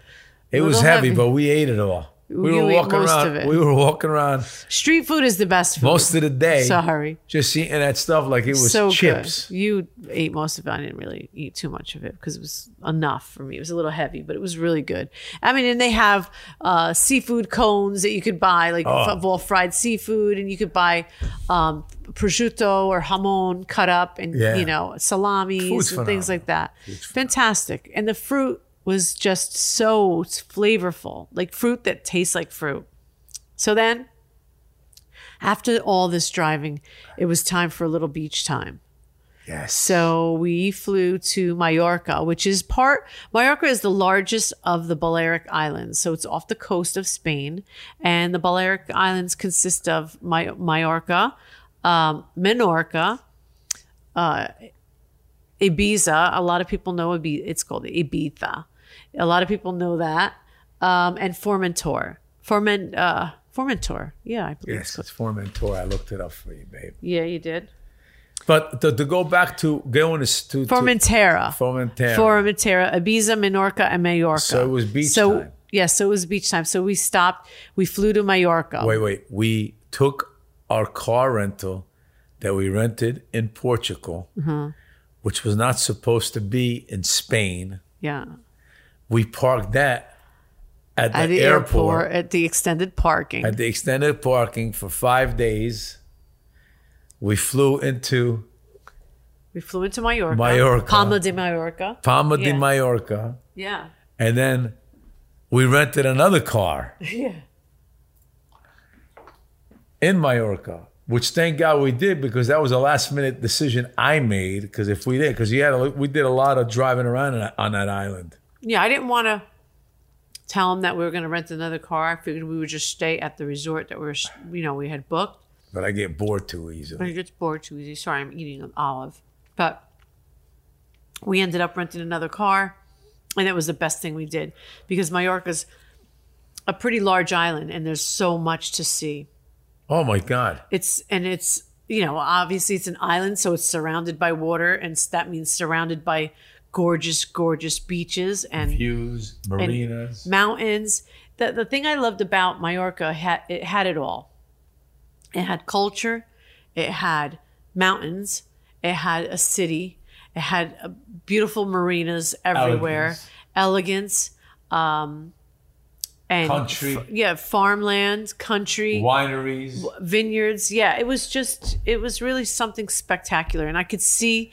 It was
Little
heavy,
heavy.
but we ate it all. We
You
were
ate
walking
most
around.
of it.
We were walking around
Street food is the best food.
most of the day,
Sorry.
just eating that stuff like it was
so
chips.
good. You ate most of it. I didn't really eat too much of it because it was enough for me. It was a little heavy, but it was really good. I mean, and they have uh, seafood cones that you could buy, like
Oh.
of all fried seafood, and you could buy um, prosciutto or jamon cut up, and
Yeah.
you know salamis
Food's
and things
phenomenal.
like that. Fantastic, and the fruit was just so flavorful, like fruit that tastes like fruit. So then after all this driving, it was time for a little beach time.
Yes.
So we flew to Mallorca, which is part, Mallorca is the largest of the Balearic Islands. So it's off the coast of Spain. And the Balearic Islands consist of Ma- Mallorca, um, Menorca, uh, Ibiza. A lot of people know Ibiza. It's called Ibiza. A lot of people know that. Um, and Formentor. Forment, uh, Formentor. Yeah, I believe it's
Yes, it's Formentor. I looked it up for you, babe.
yeah, you did.
But to, to go back to going to, to
Formentera.
Formentera.
Formentera, Ibiza, Menorca, and Mallorca.
So it was beach
So-
time.
Yeah, so it was beach time. So we stopped. We flew to Mallorca.
wait, wait. We took our car rental that we rented in Portugal,
Mm-hmm.
which was not supposed to be in Spain.
Yeah.
We parked that at the,
At the
airport,
airport, at the extended parking.
at the extended parking for five days. We flew into
we flew into Mallorca.
Mallorca.
Palma de Mallorca.
Palma de
Yeah.
Mallorca,
Yeah.
and then we rented another car
Yeah.
in Mallorca, which thank God we did because that was a last minute decision I made. Because if we did, because had a, we did a lot of driving around on that- on that island.
Yeah, I didn't want to tell them that we were going to rent another car. I figured we would just stay at the resort that we were, you know, we had booked.
But I get bored too
But
easily.
it gets bored too easy. Sorry, I'm eating an olive. But we ended up renting another car, and that was the best thing we did because Mallorca's a pretty large island, and there's so much to see.
Oh my God!
It's and it's you know obviously it's an island, so it's surrounded by water, and s- that means surrounded by gorgeous, gorgeous beaches and
Views, marinas.
mountains. The the thing I loved about Mallorca had it had it all. It had culture, it had mountains, it had a city, it had uh, beautiful marinas everywhere, elegance, um, and
Country.
f- yeah, farmland, country,
Wineries,
vineyards. Yeah, it was just it was really something spectacular, and I could see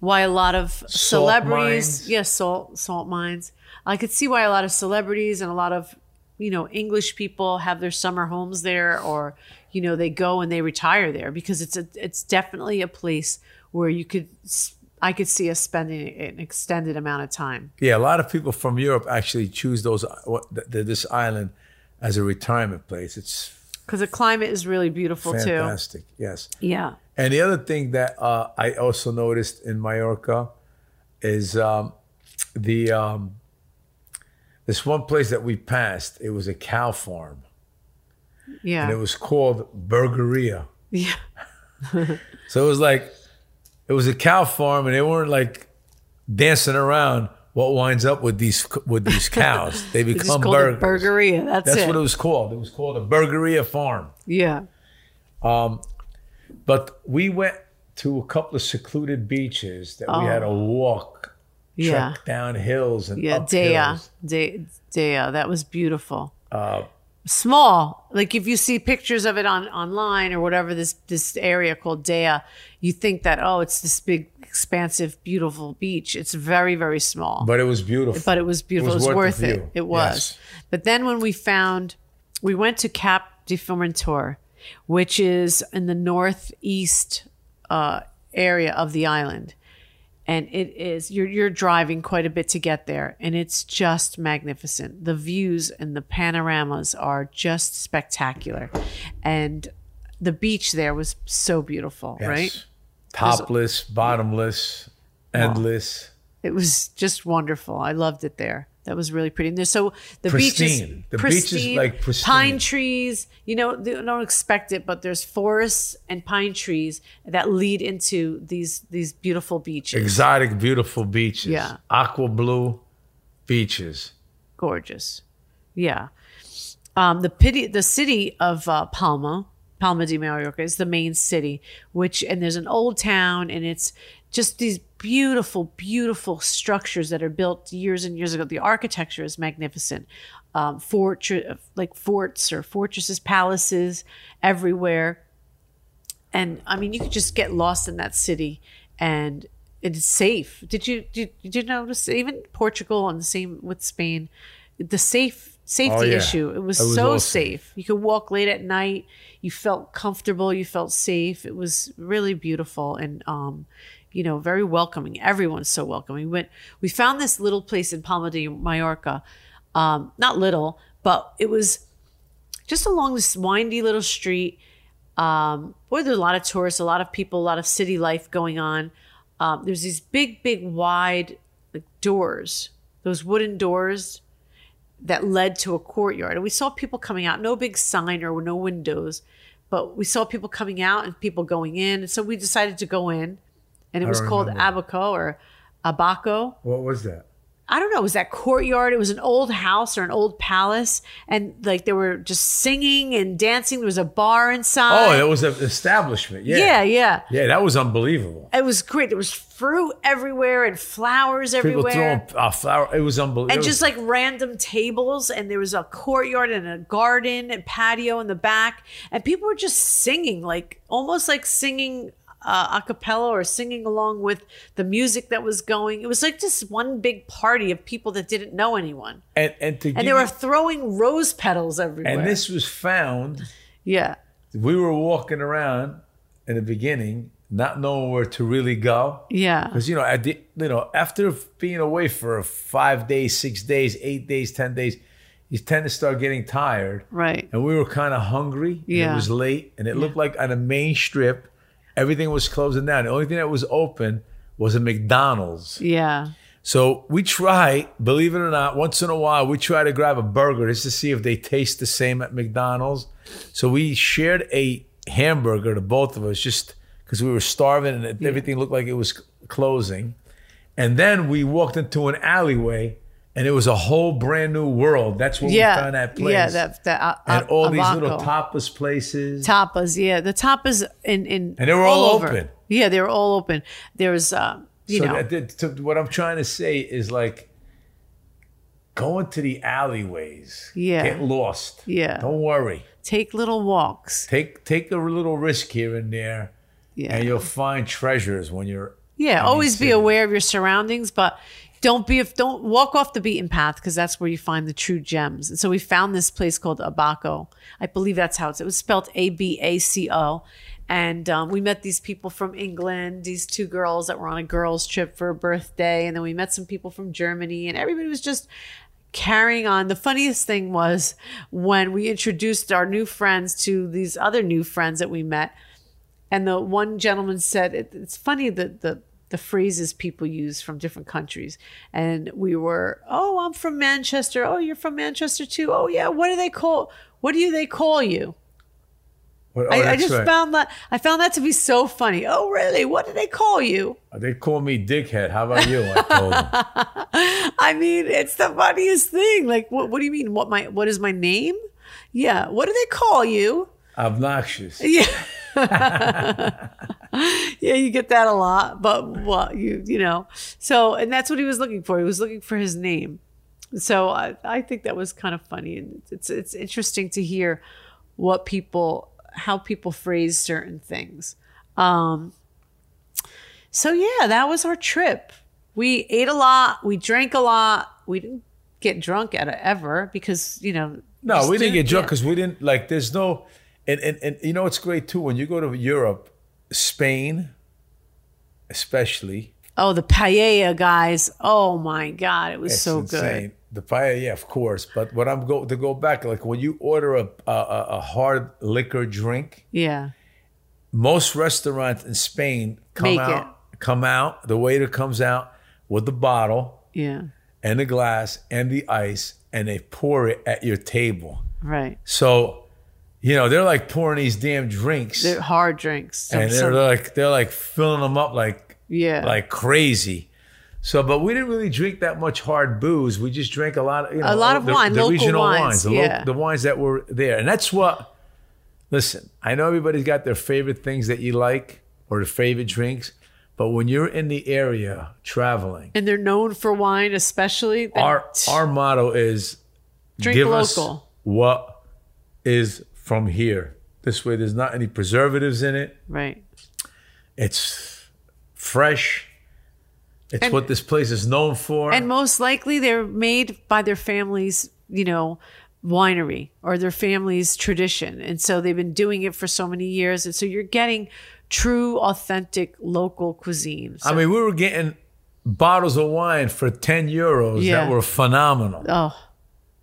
why a lot of celebrities,
mines.
yes, salt salt mines. I could see why a lot of celebrities and a lot of you know English people have their summer homes there, or you know they go and they retire there because it's a it's definitely a place where you could s- I could see us spending an extended amount of time.
yeah. A lot of people from Europe actually choose those what, th- th- this island as a retirement place. It's
Because the climate is really beautiful
fantastic. Yes.
too. Yeah.
And the other thing that uh, I also noticed in Mallorca is um, the um, this one place that we passed. It was a cow farm, and it
Yeah.
was called Burgeria.
Yeah.
So it was like it was a cow farm, and they weren't like dancing around. What winds up with these with these cows? They
It's
become
just called a
burgers.
burgeria. That's,
That's
it.
what it was called. It was called a Burgeria farm.
Yeah.
But we went to a couple of secluded beaches that we had to walk
Oh. Yeah.
trek down hills and
Yeah.
up
Dea.
hills. Uh,
De- Dea. That was beautiful. Small. Like if you see pictures of it on online or whatever this this area called Dea, you think that oh, it's this big expansive beautiful beach. It's very very small. But,
But it was beautiful.
it was beautiful. It was, worth,
the
it.
view.
It was.
Yes.
But then when we found we went to Cap de Formentor, which is in the northeast uh, area of the island. and it is you're you're driving quite a bit to get there and it's just magnificent the views and the panoramas are just spectacular and the beach there was so beautiful
Yes.
right
Topless, bottomless, endless,
it was just wonderful i loved it there that was really pretty and there's so the beach is
Pristine. The beach is, like, pristine.
pine trees you know they don't expect it but there's forests and pine trees that lead into these these beautiful beaches
exotic, beautiful beaches.
Yeah.
Aqua blue beaches.
gorgeous. Yeah. Um, the pity, the city of uh, Palma, Palma de Mallorca is the main city, which and there's an old town, and it's just these beautiful, beautiful structures that are built years and years ago. The architecture is magnificent, um, fortress like forts or fortresses, palaces everywhere, and I mean you could just get lost in that city, and it's safe. Did you did, did you notice even Portugal and the same with Spain, the safe safety
yeah.
issue it was
It was
so
awesome.
safe. You could walk late at night. You felt comfortable. You felt safe. It was really beautiful and, um, you know, very welcoming. Everyone's so welcoming. We went. We found this little place in Palma de Mallorca. Um, not little, but it was just along this windy little street. Um, boy, there's a lot of tourists, a lot of people, a lot of city life going on. Um, there's these big, big, wide like, doors. Those wooden doors that led to a courtyard. And we saw people coming out, no big sign or no windows, but we saw people coming out and people going in. And so we decided to go in, and it was called
remember.
Abaco or Abaco.
What was that?
I don't know, it was that courtyard. It was an old house or an old palace. And like they were just singing and dancing. There was a bar
Oh,
inside.
that was an establishment. Yeah.
yeah, yeah.
Yeah, that was unbelievable.
It was great. There was fruit everywhere and flowers
People
everywhere.
throwing uh, flower. It was unbelievable.
and just like random tables and there was a courtyard and a garden and patio in the back and people were just singing like almost like singing uh, a cappella or singing along with the music that was going it was like just one big party of people that didn't know anyone
and and, to
and they
give
were
you-
throwing rose petals everywhere
and this was found.
yeah
We were walking around in the beginning, not knowing where to really go.
yeah
Because you know, at the, you know, after being away for five days, six days, eight days, ten days, you tend to start getting tired.
right
And we were kind of hungry. and
Yeah.
it was late, and it looked like on the main strip, everything was closing down. The only thing that was open was a McDonald's.
yeah
So we try, believe it or not, once in a while, we try to grab a burger just to see if they taste the same at McDonald's. So we shared a hamburger to both of us just because we were starving and it- everything looked like it was c- closing. And then we walked into an alleyway and it was a whole brand new world. That's when we
yeah
found that place.
yeah that, that uh,
and all these little
Abaco.
tapas places.
tapas. Yeah, the tapas in in
And they were all
over.
open.
Yeah, they were all open. There was um, you
so
know,
that- that- to- what I'm trying to say is like going to the alleyways.
Yeah.
Get lost.
Yeah.
Don't worry.
take little walks.
Take take a little risk here and there,
Yeah,
and you'll find treasures when you're.
yeah. Always be
city.
aware of your surroundings, but don't be if don't walk off the beaten path because that's where you find the true gems. And so we found this place called Abaco. I believe that's how it's. It was spelled A B A C O. And um, we met these people from England, these two girls that were on a girls' trip for a birthday. And then we met some people from Germany, and everybody was just carrying on. The funniest thing was when we introduced our new friends to these other new friends that we met, and the one gentleman said, it, "It's funny that the." The phrases people use from different countries. And we were, oh, I'm from Manchester. Oh, you're from Manchester too. Oh, yeah. What do they call? What do you, they call you?
Well, oh,
I, I
that's
just
right.
found that I found that to be so funny. Oh, really? What do they call you?
They call me dickhead. How about you? I told them.
I mean, it's the funniest thing. Like, what? What do you mean? What my? What is my name? Yeah. What do they call you?
Obnoxious.
Yeah. yeah, you get that a lot, but well, you you know. So, and that's what he was looking for. He was looking for his name. So I, I think that was kind of funny, and it's it's interesting to hear what people how people phrase certain things. Um, so yeah, that was our trip. We ate a lot, we drank a lot, we didn't get drunk at a, ever because you know
No,
just
we didn't get drunk
yeah.
because we didn't like. There's no, and, and and you know what's great too when you go to Europe, Spain, especially.
Oh, the paella, guys. Oh my God. It was
It's
so good.
insane. The paella, yeah, of course. But when I'm go to go back, like when you order a a, a- a hard liquor drink,
Yeah.
most restaurants in Spain come
Make
out, come out. The waiter comes out with the bottle
Yeah.
and the glass and the ice, and they pour it at your table.
Right.
So, you know, they're like pouring these damn drinks,
They're hard drinks. So,
and they're,
so-
like they're like filling them up like
yeah.
like crazy. So, but we didn't really drink that much hard booze. We just drank a lot of you know,
lot of
the,
wine,
the
local
regional
wines,
the,
yeah.
the wines that were there, and that's what. Listen, I know everybody's got their favorite things that you like or their favorite drinks, but when you're in the area traveling,
and they're known for wine, especially. They-
our our motto is
Drink
give us
local.
what is from here. This way, there's not any preservatives in it.
right.
It's fresh. It's
And-
what this place is known for.
And most likely they're made by their family's, you know, winery or their family's tradition. And so they've been doing it for so many years. And so you're getting true, authentic local cuisine. So,
I mean, we were getting bottles of wine for 10 euros
Yeah.
that were phenomenal.
oh,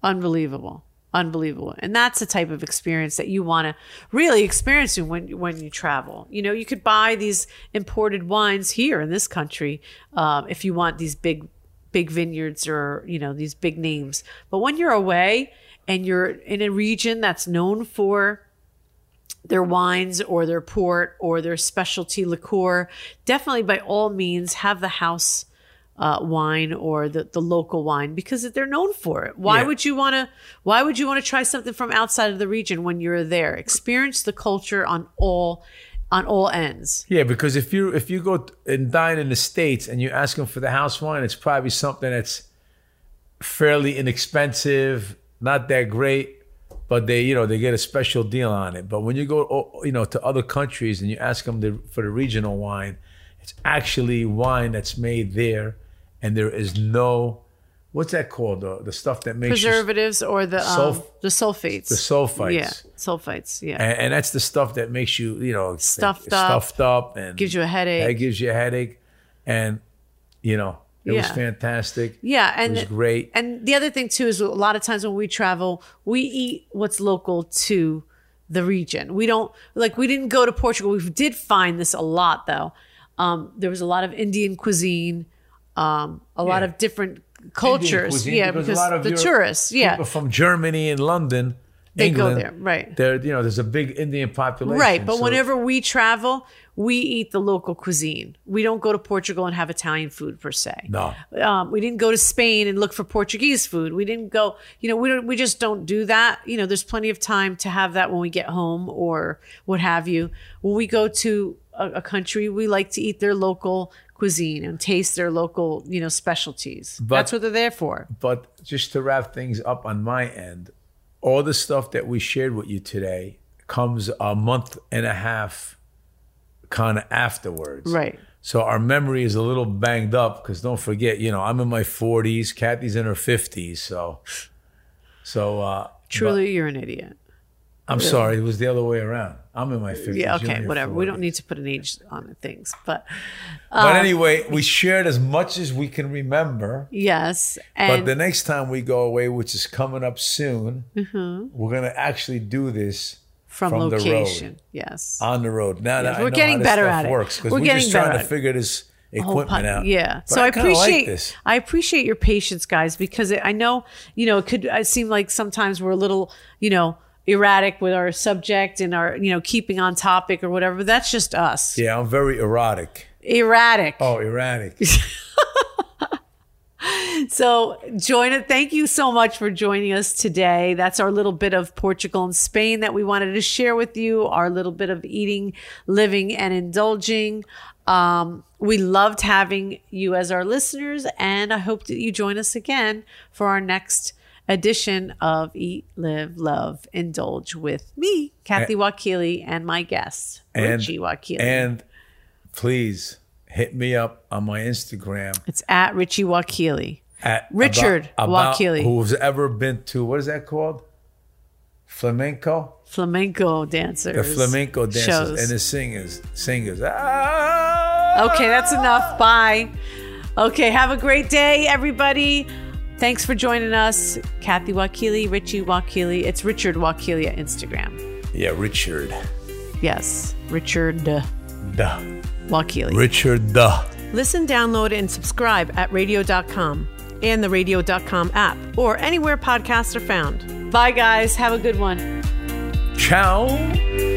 unbelievable. Unbelievable. And that's the type of experience that you want to really experience when when you travel. You know, you could buy these imported wines here in this country um, if you want these big big vineyards or, you know, these big names. But when you're away and you're in a region that's known for their wines or their port or their specialty liqueur. Definitely, by all means, have the house uh, wine or the, the local wine because they're known for it. Why
Yeah.
would you want to? Why would you want to try something from outside of the region when you're there? Experience the culture on all on all ends.
Yeah, because if you if you go t- and dine in the states and you ask them for the house wine, it's probably something that's fairly inexpensive, not that great, but they you know they get a special deal on it. But when you go o- you know to other countries and you ask them the, for the regional wine, it's actually wine that's made there, and there is no what's that called the the stuff that makes you-
Preservatives or the um,
Sulf-
the sulfates.
the sulfites.
Yeah, sulfites. Yeah.
and, and that's the stuff that makes you, you know,
Stuffed
stuffed
up.
up, and
Gives you a headache.
That gives you a headache, and you know, it was
Yeah.
fantastic.
Yeah,
it
and
was great.
And the other thing too is a lot of times when we travel, we eat what's local to the region. We don't like we didn't go to Portugal. We did find this a lot though. Um, there was a lot of Indian cuisine, um, a lot
Yeah.
of different cultures.
cuisine,
yeah,
because
because,
a lot of
the
Europe-
tourists. Yeah,
People from Germany and London,
They go
England,
there, right.
There, you know, there's a big Indian population,
right. But
so-
whenever we travel, we eat the local cuisine. We don't go to Portugal and have Italian food per se.
no,
um, we didn't go to Spain and look for Portuguese food. We didn't go, you know, we don't, we just don't do that. You know, there's plenty of time to have that when we get home or what have you. When we go to a, a country, we like to eat their local cuisine and taste their local, you know, specialties.
But-
That's what they're there for.
but just to wrap things up on my end, all the stuff that we shared with you today comes a month and a half kind of afterwards,
Right.
So our memory is a little banged up because don't forget, you know, I'm in my 40s, Kathy's in her 50s, so, so uh,
Truly, you're an idiot.
but- I'm sorry, it was the other way around. I'm in my 50s.
Yeah.
you're in
Okay.
your
Whatever. We don't
40s.
need uh, to put an age on things, but
But anyway, we shared as much as we can remember.
yes.
But
And
the next time we go away, which is coming up soon, we're gonna actually do this
Mm-hmm. from,
from the road.
location. Yes.
on the road. Now that I
we're
know
getting
how this
better
stuff
at it.
works, 'cause
We're
we're,
getting
just trying
better
to
at it.
figure this
whole
equipment
pod-
out.
Oh, Yeah.
But
so I,
kinda like
appreciate
this.
I appreciate your patience, guys, because it, I know you know it could I seem like sometimes we're a little you know erratic with our subject and our you know keeping on topic or whatever. But that's just us.
Yeah, I'm very erotic.
Erratic.
Oh, erratic.
So join it. Thank you so much for joining us today. That's our little bit of Portugal and Spain that we wanted to share with you. Our little bit of eating, living, and indulging. Um, we loved having you as our listeners, and I hope that you join us again for our next edition of Eat, Live, Love, Indulge with me, Kathy Wakili, and my guest,
and,
Richie Wakili.
and please hit me up on my Instagram
it's at Richie Wakili.
at
Richard
about, about
Wakili.
who's ever been to what is that called? Flamenco,
Flamenco
the
dancers.
flamenco dancers
shows.
and the singers, singers. Ah!
Okay, that's enough. Bye. Okay, have a great day, everybody. Thanks for joining us. Kathy Wakili, Richie Wakili. It's Richard Wakili at Instagram.
Yeah, Richard.
Yes, Richard
Duh.
Wakili.
Richard. Duh.
Listen, download, and subscribe at radio.com and the radio.com app or anywhere podcasts are found.
Bye, guys. Have a good one.
Ciao.